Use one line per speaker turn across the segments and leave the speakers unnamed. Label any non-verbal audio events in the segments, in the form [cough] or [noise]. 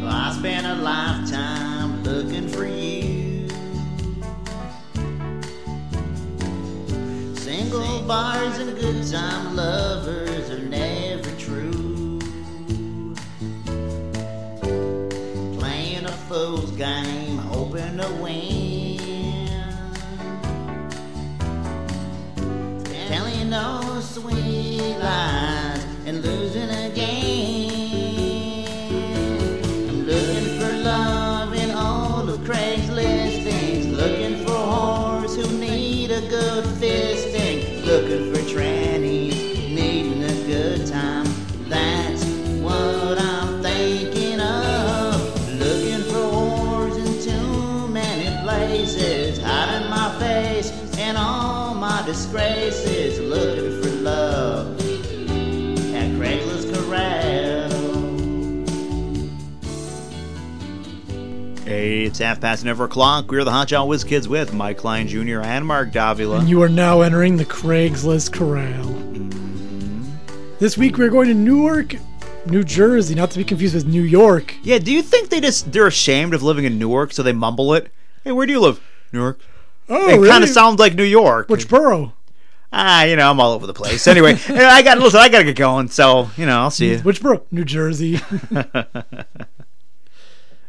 Well, I spent a lifetime looking for you. Single bars and good time lovers are never true. Playing a fool's game, hoping to win. Telling those sweet lies and losing again. I'm looking for love in all of Craigslist things. Looking for whores who need a good fisting. Looking for trannies needing a good time. That's what I'm thinking of. Looking for whores in too many places. Hiding my face and all my disgraces. Looking for love at Craigslist Corral. Hey, it's half past an over o'clock. We're the Hot Shot Whiz Kids with Mike Klein Jr. and Mark Davila.
And you are now entering the Craigslist Corral. This week we're going to Newark, New Jersey, not to be confused with New York.
yeah, do you think they just they're ashamed of living in Newark, so they mumble it? Hey, where do you live? Newark.
Oh,
It kind of sounds like New York.
Which borough?
ah, you know, I'm all over the place.
[laughs]
Anyway, anyway, I got to listen. I got to get going. So you know, I'll see you.
Which borough? New Jersey.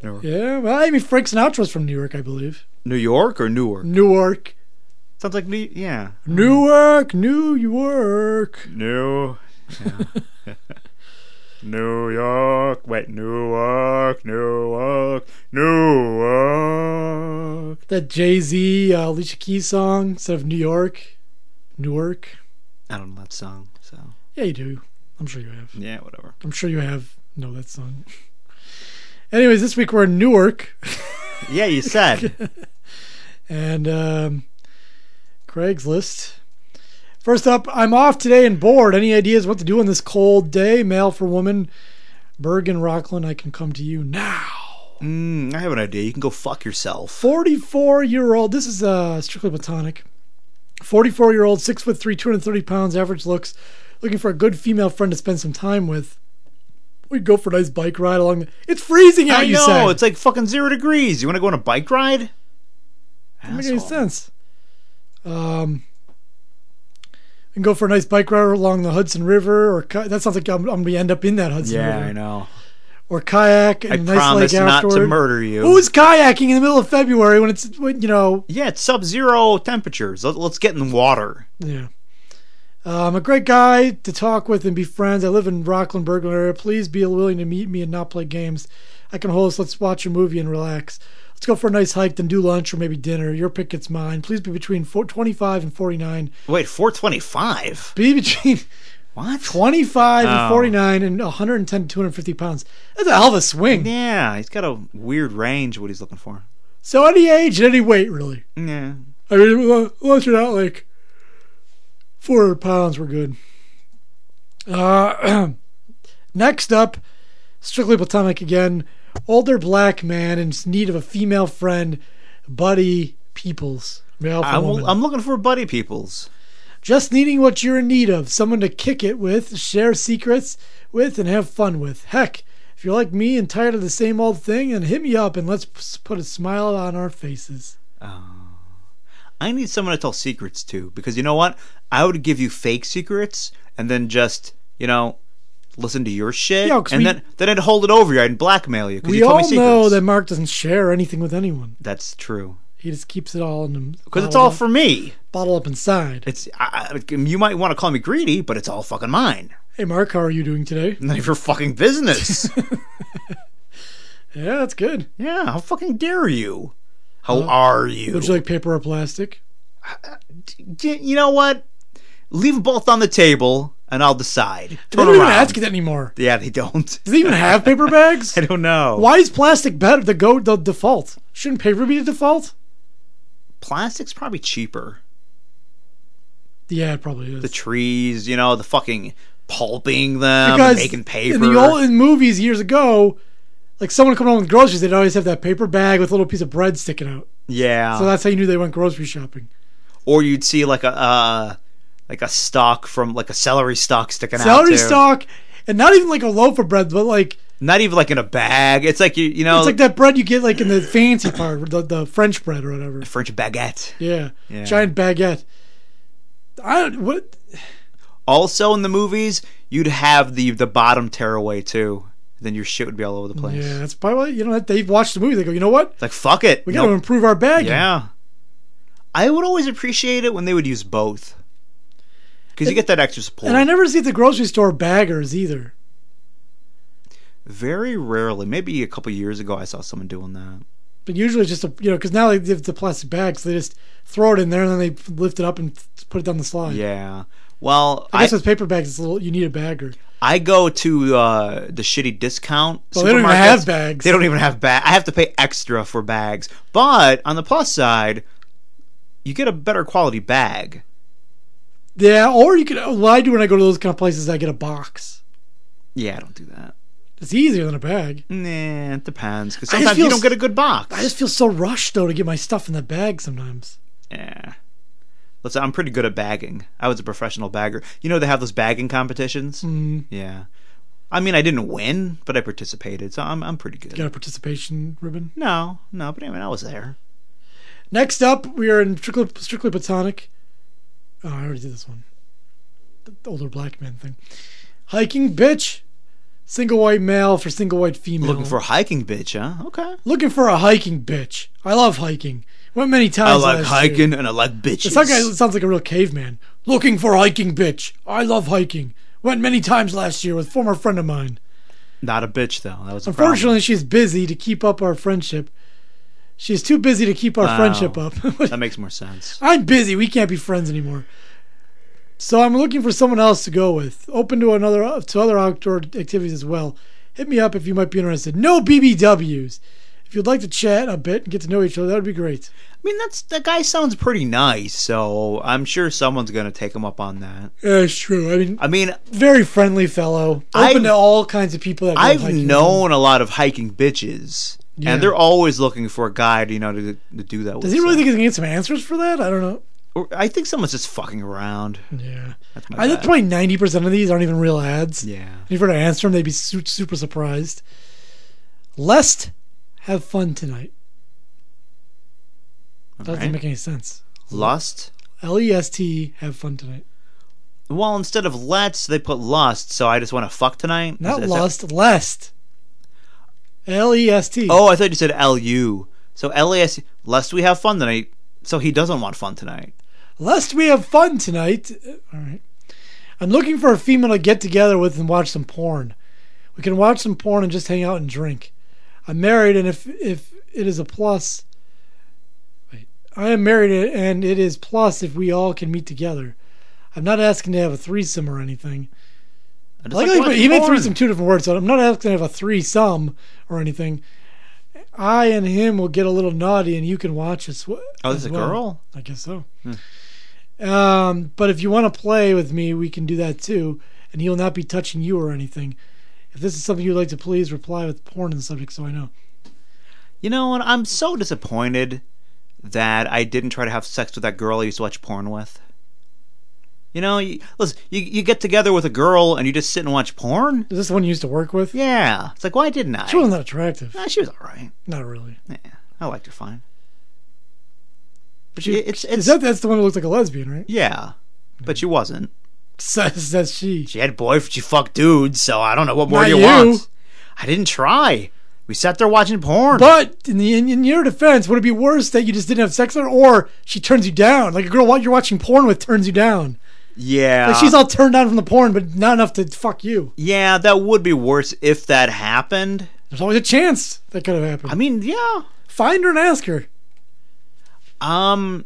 Newark.
yeah, well, I mean, Frank Sinatra's from New York, I believe.
New York or Newark?
Newark.
Sounds like New. Yeah.
Newark, New York.
New. [laughs] New York. Wait, Newark, Newark, Newark.
That Jay Z, uh, Alicia Keys song instead of New York. Newark.
I don't know that song, so
Yeah, you do. I'm sure you have.
yeah, whatever.
I'm sure you have. No, that song. Anyways, this week we're in Newark. [laughs]
Yeah, you said.
and um, Craigslist. First up, I'm off today and bored. Any ideas what to do on this cold day? Mail for woman, Bergen Rockland. I can come to you now.
mm, I have an idea. You can go fuck yourself.
44 year old. This is uh, strictly platonic. 44 year old, six foot three, 230 pounds, average looks, looking for a good female friend to spend some time with. We'd go for a nice bike ride along. The, it's freezing out.
I
you
know
said.
it's like fucking zero degrees. You want to go on a bike ride?
Doesn't make any
Asshole.
sense. Um, and go for a nice bike ride along the Hudson River, or ki- that sounds like I'm, I'm gonna end up in that Hudson
Yeah,
River,
I know.
or kayak and
I
a nice
promise
lake
not
afterward.
to murder you.
Who's kayaking in the middle of February when it's when, you know?
yeah, it's sub-zero temperatures. Let, let's get in the water.
Yeah, um, a great guy to talk with and be friends. I live in Rockland, Bergen area. Please be willing to meet me and not play games. I can host. Let's watch a movie and relax. Let's go for a nice hike, then do lunch or maybe dinner. Your pick, it's mine. Please be between 4, 25 and 49.
Wait, 425?
Be between
What?
25
Oh.
and 49 and 110 to 250 pounds. That's a hell of a swing.
Yeah, he's got a weird range what he's looking for.
So any age and any weight, really.
Yeah.
I mean, unless- unless you're not like 400 pounds, we're good. Uh, [clears throat] next up, strictly platonic again. Older black man in need of a female friend, Buddy Peoples. Male for
I'm,
woman.
I'm looking for Buddy Peoples.
Just needing what you're in need of someone to kick it with, share secrets with, and have fun with. Heck, if you're like me and tired of the same old thing, then hit me up and let's p- put a smile on our faces.
I need someone to tell secrets to because you know what? I would give you fake secrets and then just, you know, listen to your shit.
Yeah, 'cause
and
we-
then, then I'd hold it over you. I'd blackmail you because
We
you told me
all
secrets.
know that Mark doesn't share anything with anyone.
That's true.
He just keeps it all in him.
Because it's all
bottled up-
for me.
bottled up inside.
It's I, I, You might want to call me greedy, but it's all fucking mine.
Hey, Mark, how are you doing today?
None of your fucking
[laughs]
business.
Yeah, that's good.
yeah, how fucking dare you? How are you?
Would you like paper or plastic?
Y- you know what? Leave them both on the table, and I'll decide.
They
Turn
don't even
around.
ask you that anymore.
Yeah, they don't. [laughs]
Do they even have paper bags?
I don't know.
Why is plastic better? The go the default. Shouldn't paper be the default?
Plastic's probably cheaper.
Yeah, it probably is.
The trees, you know, the fucking pulping them, um, and
because
making paper.
in the old in movies years ago, like someone coming home with groceries, they'd always have that paper bag with a little piece of bread sticking out.
yeah.
So that's how you knew they went grocery shopping.
or you'd see like a uh, like a stalk from like a celery stalk sticking out.
Celery
too.
stalk, and not even like a loaf of bread, but like
Not even like in a bag. It's like you you know
it's like that bread you get like in the fancy part, the, the French bread or whatever.
French baguette.
Yeah,
Yeah.
giant baguette. I don't what
Also in the movies, you'd have the the bottom tearaway too. Then your shit would be all over the place.
Yeah, that's probably why, you know they've watched the movie. They go, you know what?
It's like fuck it.
We got to
Nope.
improve our bagging.
Yeah. I would always appreciate it when they would use both. Because you get that extra support.
And I never see the grocery store baggers either.
Very rarely. Maybe a couple years ago, I saw someone doing that.
But usually it's just a you know because now they have the plastic bags, they just throw it in there and then they lift it up and put it down the slide.
Yeah. Well,
I
I,
guess with paper bags, it's a little you need a bagger.
I go to uh, the shitty discount.
Well, they don't even have
supermarkets.
bags.
They don't even have bags. I have to pay extra for bags. But on the plus side, you get a better quality bag.
Yeah, or you could. What I do when I go to those kind of places, I get a box.
Yeah, I don't do that.
It's easier than a bag.
Nah, it depends. Because
I just
sometimes you
feel
don't
s-
get a good box.
I just feel so rushed though to get my stuff in the bag sometimes.
Yeah. Let's. I'm pretty good at bagging. I was a professional bagger. You know they have those bagging competitions.
Mm,
Yeah. I mean, I didn't win, but I participated, so I'm I'm pretty good.
got a participation ribbon.
No, no, but I mean, I was there.
Next up, we are in strictly, strictly platonic. Oh, I already did this one. The the older black man thing. Hiking bitch, single white male for single white female.
Looking for a hiking bitch, huh? Okay.
looking for a hiking bitch. I love hiking. Went many
I
times.
like
last year.
hiking and I like bitches.
It's like it sounds like a real caveman. Looking for hiking bitch. I love hiking. Went many times last year with former friend of mine.
Not a bitch though. That was a problem.
Unfortunately, she's busy to keep up our friendship. She's too busy to keep our
Wow.
friendship up. [laughs]
That makes more sense.
I'm busy. We can't be friends anymore. So I'm looking for someone else to go with. Open to another to other outdoor activities as well. Hit me up if you might be interested. No BBWs. If you'd like to chat a bit and get to know each other, that would be great.
I mean, that's that guy sounds pretty nice, so I'm sure someone's gonna take him up on that.
Yeah, it's true. I mean,
I mean,
very friendly fellow. Open
I've-
to all kinds of people. That love
I've
hiking.
known a lot of hiking bitches,
Yeah.
and they're always looking for a guy, to, you know, to, to do that.
Does he really think he's gonna get some answers for that? I don't know.
I think someone's just fucking around.
Yeah,
That's my
I think
bad.
probably ninety percent of these aren't even real ads.
yeah.
And If you were to answer them, they'd be su- super surprised. Lest have fun tonight. That doesn't
Alright.
make any sense.
Lust.
L E S T, have fun tonight.
Well, instead of let's, they put lust. So I just want to fuck tonight. Is-
Not
is that-
lust, lest. L E S T.
oh, I thought you said L U. So L A S. Lest we have fun tonight. So he doesn't want fun tonight.
Lest we have fun tonight. Uh, All right. I'm looking for a female to get together with and watch some porn. We can watch some porn and just hang out and drink. I'm married, and if if it is a plus, wait, I am married, and it is plus if we all can meet together. I'm not asking to have a threesome or anything.
I just
Like, like,
watching
he made
porn.
threesome two different words, so I'm not asking to have a threesome or anything. I and him will get a little naughty, and you can watch us. wh-
Oh, this is
as
a
well.
girl. Hmm.
I guess so. Um, but if you want to play with me, we can do that too, and he'll not be touching you or anything. If this is something you'd like to please reply with porn in the subject, so I know.
You know, and I'm so disappointed that I didn't try to have sex with that girl I used to watch porn with. You know, you, listen, you you get together with a girl and you just sit and watch porn.
Is this the one you used to work with?
Yeah, it's like why didn't I?
She wasn't that attractive.
Nah, she was all right.
Not really.
Yeah, I liked her fine. But she,
She-
it's
Is
it's
that that's the one who looks like a lesbian, right? [laughs]
yeah, but she wasn't.
Says says she.
She had boyfriend. She fucked dudes. So I don't know what more
Not
do you,
you.
want. I didn't try. We sat there watching porn.
But in the in, in your defense, would it be worse that you just didn't have sex with her, or she turns you down? Like a girl what you're watching porn with turns you down.
yeah,
Like she's all turned down from the porn, but not enough to fuck you.
yeah, that would be worse if that happened.
There's always a chance that could have happened.
I mean, yeah.
Find her and ask her.
Um,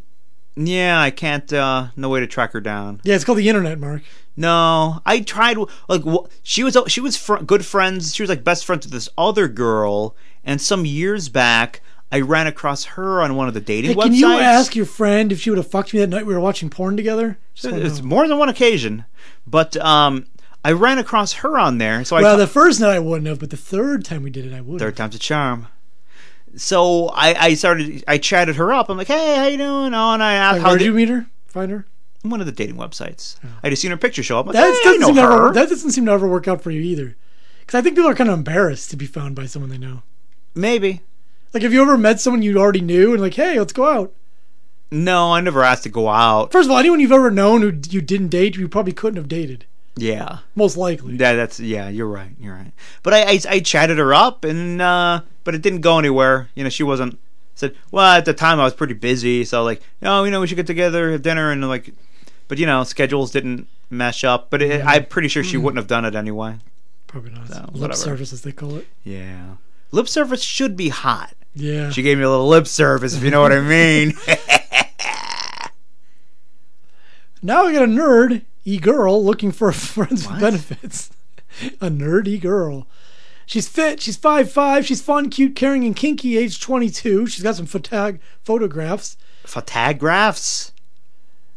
yeah, I can't. uh No way to track her down.
Yeah, it's called the internet, Mark.
No, I tried. Like wh- she was, she was fr- good friends. She was like best friends with this other girl, and some years back, I ran across her on one of the dating
Hey,
websites.
can you ask your friend if she would have fucked me that night we were watching porn together? Just wanna
It's
know.
more than one occasion, but um, I ran across her on there. So I
well, the first night I wouldn't have, but the third time we did it, I would.
third
have.
time's a charm. So I, I started I chatted her up. I'm like, hey, how you doing? Oh, and I asked
Like,
how
where
did
did you meet her? Find her?
[laughs] one of the dating websites. I just seen her picture show up. I'm like,
That
hey, I
doesn't
know
seem to ever,
her.
that doesn't seem to ever work out for you either, because I think people are kind of embarrassed to be found by someone they know.
Maybe.
Like, have you ever met someone you already knew and like, hey, let's go out?
No, I never asked to go out.
First of all, anyone you've ever known who you didn't date, you probably couldn't have dated,
Yeah.
most likely.
Yeah, that's yeah. You're right. You're right. But I, I, I chatted her up, and uh, but it didn't go anywhere. You know, she wasn't said. Well, at the time I was pretty busy, so like, oh, you know, we should get together, have dinner, and like, but you know, schedules didn't mesh up. But it, I'm pretty sure she wouldn't have done it anyway.
Probably not.
So,
Lip
whatever.
service, as they call it.
Yeah, lip service should be hot.
Yeah.
She gave me a little lip service, if you know what I mean.
Now I got a nerd e girl looking for [laughs] friends with
What?
benefits. [laughs] a nerd e girl. She's fit. She's five five. She's fun, cute, caring, and kinky. Age twenty two. She's got some photog- photographs.
Photographs.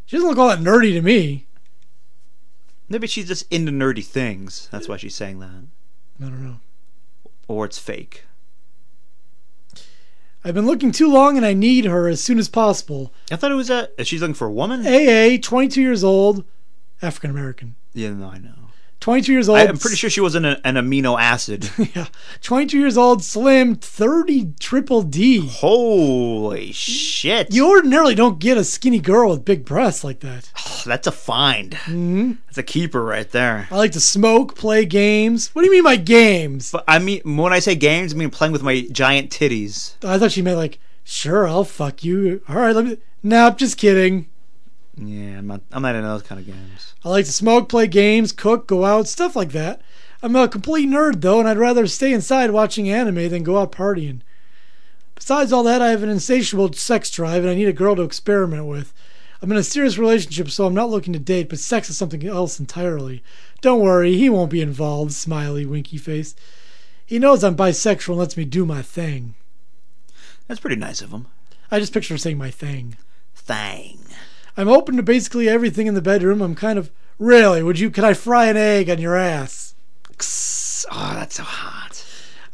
She doesn't look all that nerdy to me.
Maybe she's just into nerdy things. That's why she's saying that,
I don't know.
or it's fake.
I've been looking too long, and I need her as soon as possible.
I thought it was a. She's looking for a woman.
Eh. AA, twenty two years old, African American.
Yeah, no, I know.
Twenty two years old.
I'm pretty sure she wasn't a, an amino acid.
[laughs] Yeah, 22 years old, slim, 30 triple D.
Holy shit!
You ordinarily don't get a skinny girl with big breasts like that.
[sighs] That's a find. Mm-hmm. That's a keeper right there.
I like to smoke, play games. What do you mean by games?
But I mean, when I say games, I mean playing with my giant titties.
I thought she meant like, sure, I'll fuck you. All right, let me. Nope, just kidding.
Yeah, I'm not. I'm not into those kind of games.
I like to smoke, play games, cook, go out, stuff like that. I'm a complete nerd though, and I'd rather stay inside watching anime than go out partying. Besides all that, I have an insatiable sex drive and I need a girl to experiment with. I'm in a serious relationship, so I'm not looking to date, but sex is something else entirely. Don't worry, he won't be involved, smiley, winky face. He knows I'm bisexual and lets me do my thing.
That's pretty nice of him.
I just picture her saying my thing.
Thang.
I'm open to basically everything in the bedroom. I'm kind of really. Would you? Can I fry an egg on your ass?
Oh, that's so hot.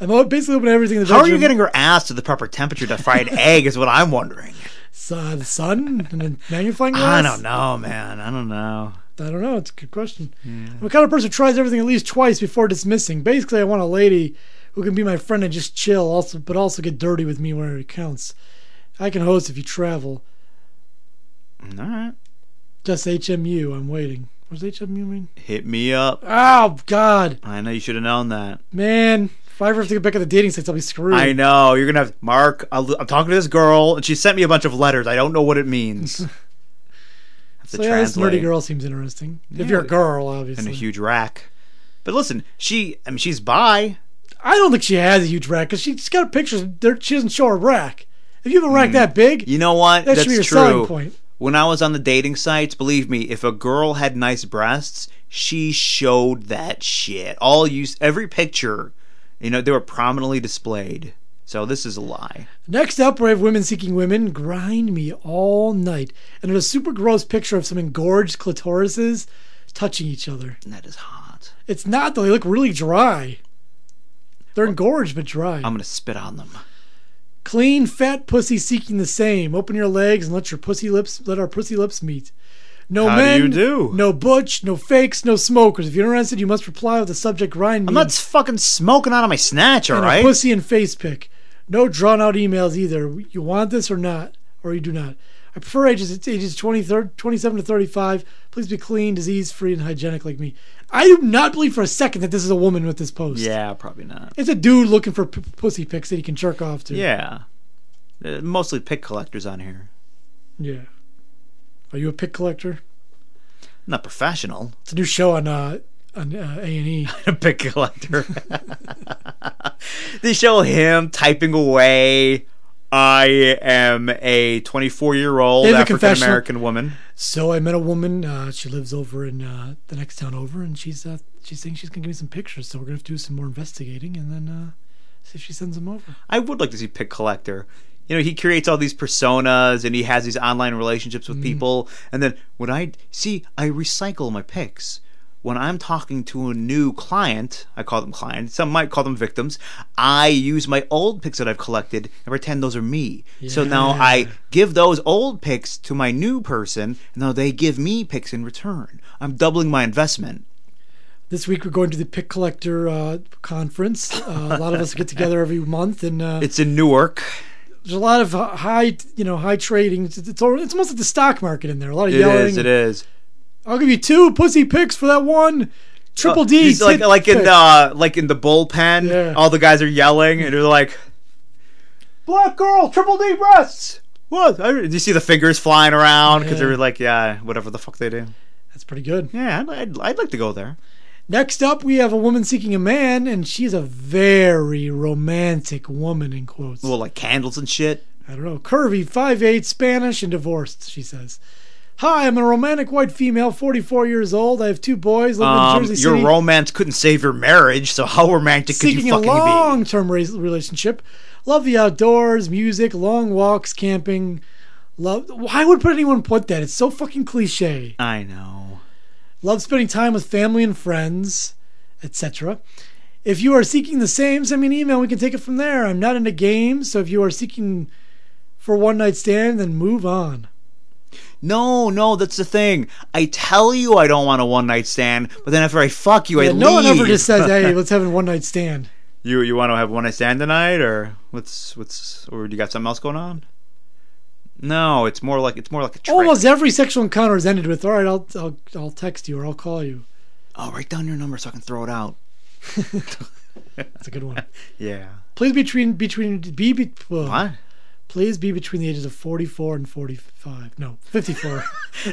I'm o- basically open to everything in the
How
bedroom.
are you getting her ass to the proper temperature to fry an egg? Is what I'm wondering.
uh, the sun and a magnifying glass?
I don't know, man. I don't know.
I don't know. It's a good question. I'm the kind of person who tries everything at least twice before dismissing. Basically, I want a lady who can be my friend and just chill, also, but also get dirty with me where it counts. I can host if you travel.
All right,
Just HMU. I'm waiting. What does HMU mean?
hit me up.
Oh God,
I know you should have known that.
man! If I ever have to get back at the dating sites, I'll be screwed.
I know you're gonna have Mark. I'll, I'm talking to this girl, and she sent me a bunch of letters. I don't know what it
[laughs]
means. have to
So yeah, this
translate
nerdy girl seems interesting.
Yeah.
if you're a girl,
in a
obviously.
huge rack. But listen, she. I mean, she's bi.
I don't think she has a huge rack because she's got pictures. There, she doesn't show her rack. If you have a rack that big,
You know
that
what? Mm. That's
should be your
true.
selling point.
When I was on the dating sites, believe me, if a girl had nice breasts, she showed that shit. All you, every picture, you know, they were prominently displayed. So this is a lie.
Next up, we have women seeking women grind me all night, and there's a super gross picture of some engorged clitorises touching each other.
And that is hot.
It's not though; they look really dry. They're engorged but dry.
I'm gonna spit on them.
Clean, fat pussy seeking the same. Open your legs and let your pussy lips let our pussy lips meet. No
How do
men,
you do?
no butch, no fakes, no smokers. If you're interested, you must reply with the subject grind me.
I'm not fucking smoking out of my snatch, all
and
right?
a pussy and face pic. No drawn out emails either. You want this or not, or you do not. I prefer ages it's ages 20, 30, 27 to 35. Please be clean, disease free, and hygienic like me. I do not believe for a second that this is a woman with this post.
Yeah, probably not.
It's a dude looking for p- pussy pics that he can jerk off to.
Yeah. Uh, mostly pick collectors on here.
Yeah. Are you a pic collector?
Not professional. [laughs]
It's a new show on uh, on uh, A and E.
A pick collector. [laughs] they show him typing away. I am a 24 year old
They have a
African
confessional.
American woman.
So I met a woman. Uh, she lives over in uh, the next town over, and she's uh, she's saying she's gonna give me some pictures. So we're gonna have to do some more investigating, and then uh, see if she sends them over.
I would like to see pick collector. you know he creates all these personas and he has these online relationships with people and then when i see i recycle my pics when i'm talking to a new client i call them clients some might call them victims i use my old pics that i've collected and pretend those are me so now i give those old pics to my new person and now they give me pics in return i'm doubling my investment
This week we're going to the Pick Collector uh, conference. Uh, a lot of us get together every month, and uh,
it's in newark
there's a lot of h- high, you know, high trading. It's, it's, al- it's almost like the stock market in there. A lot of
It
yelling.
is. It is.
I'll give you two pussy picks for that one. Triple D.
He's Uh, like
tit
like in
pick.
uh like in the bullpen.
Yeah.
All the guys are yelling and they're like, "Black girl, triple D breasts." What? I, do you see the fingers flying around because
Yeah.
they're like, yeah, whatever the fuck they do.
That's pretty good.
Yeah, I'd, I'd, I'd like to go there.
Next up, we have a woman seeking a man, and she's a very romantic woman, in quotes.
Well, like candles and shit.
I don't know. Curvy, 5'8, Spanish, and divorced, she says. Hi, I'm a romantic white female, 44 years old. I have two boys living in
Um,
Jersey
your
City.
romance couldn't save your marriage, so how romantic could
seeking
you
a
fucking be?
long-term ra- relationship. Love the outdoors, music, long walks, camping. Love. Why would anyone put that? It's so fucking cliche.
I know.
Love spending time with family and friends, etc. If you are seeking the same, send me an email. We can take it from there. I'm not into games, so if you are seeking for one night stand, then move on.
No, no, that's the thing. I tell you I don't want a one night stand, but then after I fuck you, I
Yeah,
leave.
no one ever just says,
[laughs]
"Hey, let's have a one night stand."
You you want to have one night stand tonight, or what's what's or you got something else going on? No, it's more like it's more like a trick.
Almost every sexual encounter is ended with, "All right, I'll I'll, I'll text you or I'll call you."
Oh, write down your number so I can throw it out.
That's a good
[laughs]
one.
Yeah.
Please be between between be, be uh,
What? [laughs]
Please be between the ages of 44 and 45. No, 54.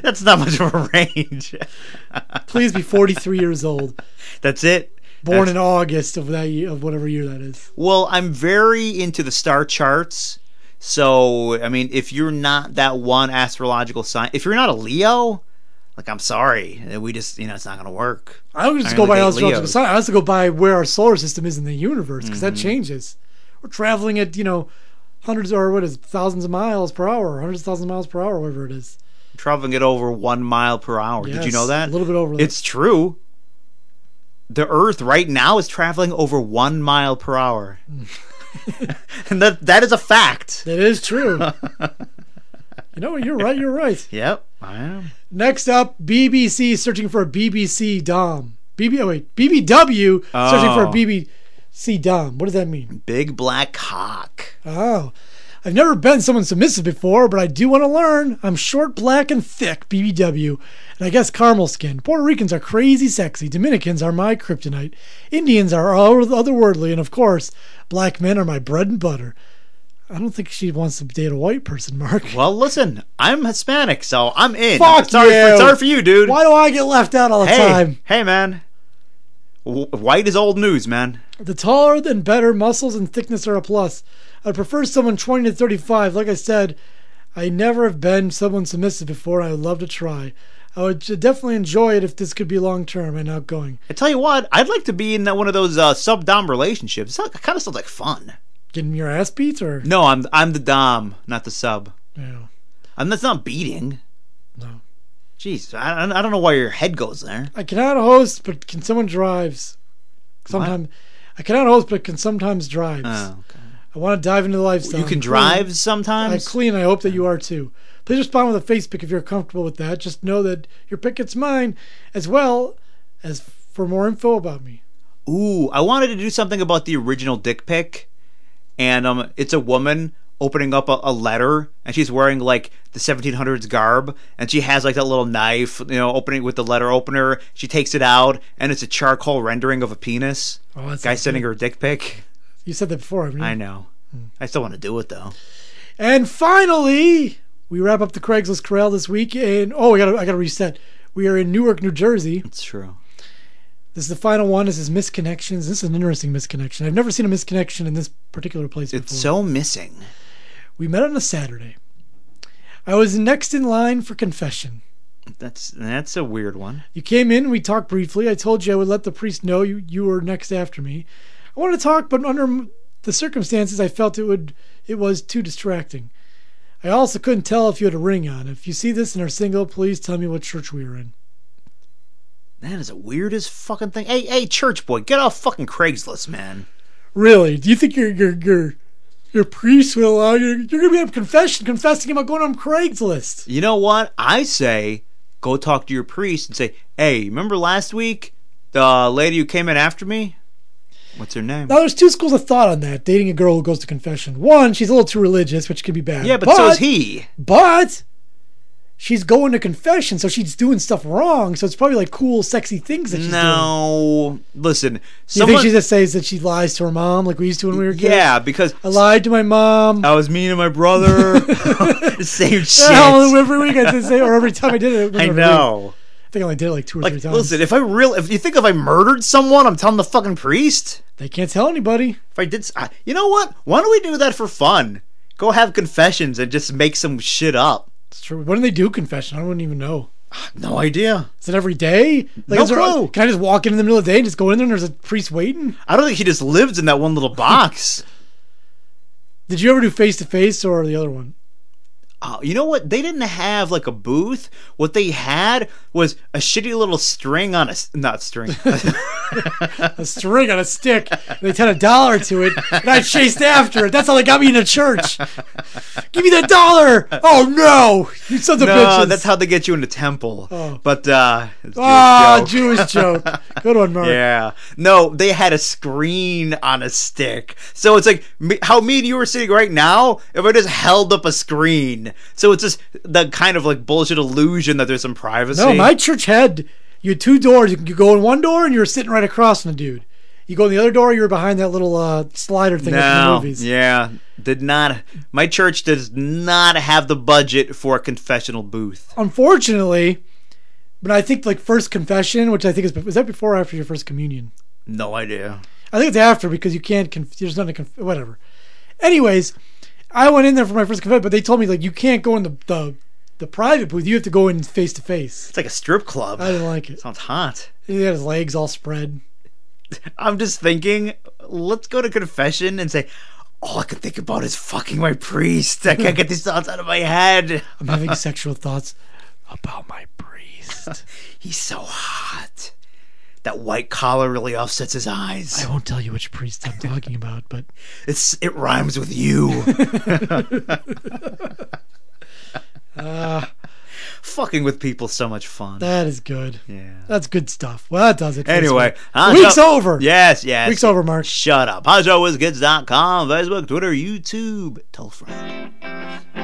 That's not much of a range.
[laughs]
[laughs]
Please be 43 years old,
That's it.
born
That's-
in August of that year, of whatever year that is.
Well, I'm very into the star charts. So, I mean, if you're not that one astrological sign, if you're not a Leo, like I'm sorry, we just, you know, it's not going to work.
I don't just
I
go by
only date
astrological
Leos.
sign. I also go by where our solar system is in the universe because
Mm-hmm.
that changes. We're traveling at you know hundreds or what is it, thousands of miles per hour, hundreds of thousands of miles per hour, whatever it is.
traveling at over one mile per hour. Did you
Yes,
know that?
a little bit over that.
It's true. The Earth right now is traveling over one mile per hour,
[laughs]
and that that is a fact.
That is true.
[laughs]
you know, you're right. You're right.
Yep, I am.
Next up, BBC searching for a BBC Dom. BB, oh wait, BBW searching for a
Oh.
BBC Dom. What does that mean?
Big black cock.
Oh, I've never been someone submissive before, but I do want to learn. I'm short, black, and thick, BBW, and I guess caramel skin. Puerto Ricans are crazy sexy. Dominicans are my kryptonite. Indians are all otherworldly, and of course, black men are my bread and butter. I don't think she wants to date a white person, Mark.
Well, listen, I'm Hispanic, so I'm in.
Fuck
sorry,
you.
For, sorry for you, dude.
Why do I get left out all the
hey,
time?
hey, man. W- white is old news, man.
The taller than better, muscles and thickness are a plus. I prefer someone 20 to 35. Like I said, I never have been someone submissive before. and I would love to try. I would j- definitely enjoy it if this could be long term and outgoing.
I tell you what, I'd like to be in that one of those uh, sub dom relationships. It kind of sounds like fun.
Getting your ass beat or
No, I'm I'm the dom, not the sub.
no?
I'm that's not beating.
No.
Jeez, I, I don't know why your head goes there.
I cannot host, but can someone drives? Sometimes I cannot host, but can sometimes drives.
Oh, okay.
I want to dive into the lifestyle.
You can
I'm
drive
I
sometimes.
clean. I hope that you are too. Please respond with a face pic if you're comfortable with that. Just know that your pic gets mine, as well as for more info about me.
Ooh, I wanted to do something about the original dick pic, and um, it's a woman opening up a, a letter, and she's wearing like the 1700s garb, and she has like that little knife, you know, opening with the letter opener. She takes it out, and it's a charcoal rendering of a penis.
Oh, that's Mm-hmm.
Guy sending her a dick pic.
You said that before. haven't you?
I know.
Mm-hmm.
I still want to do it though.
And finally, we wrap up the Craigslist Corral this week. And oh, I gotta, I gotta reset. We are in Newark, New Jersey.
It's true.
This is the final one. This is misconnections. This is an interesting misconnection. I've never seen a misconnection in this particular place
It's
before.
so missing.
we met on a Saturday. I was next in line for confession.
That's that's a weird one.
You came in, we talked briefly. I told you I would let the priest know you, you were next after me. I wanted to talk, but under the circumstances, I felt it would it was too distracting. I also couldn't tell if you had a ring on. If you see this and are single, please tell me what church we are in.
That is the weirdest fucking thing. Hey, hey, church boy, get off fucking Craigslist, man.
Really? Do you think your your your your priest will allow you? You're gonna be at confession confessing about going on Craigslist.
You know what? I say go talk to your priest and say, hey, remember last week the lady who came in after me? What's her name?
Now there's two schools of thought on that. Dating a girl who goes to confession. One, she's a little too religious, which could be bad.
yeah, but, so is he.
But she's going to confession, so she's doing stuff wrong. So it's probably like cool, sexy things that she's doing.
No, listen.
Do you
Someone,
think she just says that she lies to her mom, like we used to when we were kids?
yeah, Oh, because
I lied to my [laughs] mom.
I was mean to
[laughs]
my brother. [laughs] Same shit.
Hell, every week I did say, or every time I did it. it was
[laughs] I
every week.
know.
I think I only did it like two or
Like,
three times.
listen, if I really, if you think if I murdered someone, I'm telling the fucking priest.
they can't tell anybody.
If I did, s- I- you know what? Why don't we do that for fun? Go have confessions and just make some shit up.
It's true. When do they do confession? I wouldn't even know.
No idea.
Is it every day? Like,
No
is there,
clue.
Can I just walk in in the middle of the day and just go in there and there's a priest waiting?
I don't think he just lived in that one little box. [laughs]
Did you ever do face to face or the other one?
Oh, you know what? They didn't have like a booth. What they had was a shitty little string on a s-
[laughs]
not string. [laughs]
A string on a stick. and They tied a dollar to it, and I chased after it. That's how they got me into church. Give me that dollar! Oh no, you sons of
no,
bitches!
that's how they get you into temple.
Oh.
But uh, it's a
ah,
joke.
Jewish joke. Good one, Mark.
Yeah. No, they had a screen on a stick. So it's like me, how me and you were sitting right now if I just held up a screen. So it's just the kind of like bullshit illusion that there's some privacy.
No, my church had you had two doors. You could go in one door, and you were sitting right across from the dude. You go in the other door, you were behind that little uh, slider thing
No.
from the movies.
Yeah. Did not. My church does not have the budget for a confessional booth.
Unfortunately, but I think like first confession, which I think is was that before or after your first communion?
No idea.
I think it's after because you can't. Conf- there's nothing. Conf- whatever. Anyways, I went in there for my first confession, but they told me like you can't go in the the, the private booth. You have to go in face to face.
It's like a strip club.
I didn't like it.
Sounds hot.
He had his legs all spread.
I'm just thinking, let's go to confession and say, all I can think about is fucking my priest. I can't get these thoughts out of my head.
I'm [laughs] having sexual thoughts about my [laughs] priest.
He's so hot. That white collar really offsets his eyes.
I won't tell you which priest I'm talking about, but
It's it rhymes
[laughs]
with you. Ah, Fucking with people is so much fun.
that is good.
yeah.
That's good stuff. Well, that does it. for this
Anyway,
week.
how's
week's
up-
over.
Yes, yes.
Week's over, Mark.
Shut up. HowShowWizKids.com, Facebook, Twitter, YouTube. Tell a friend.